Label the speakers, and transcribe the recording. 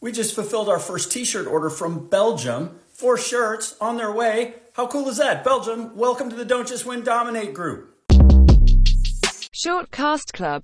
Speaker 1: We just fulfilled our first t shirt order from Belgium. Four shirts on their way. How cool is that? Belgium, welcome to the Don't Just Win Dominate group.
Speaker 2: Shortcast Club.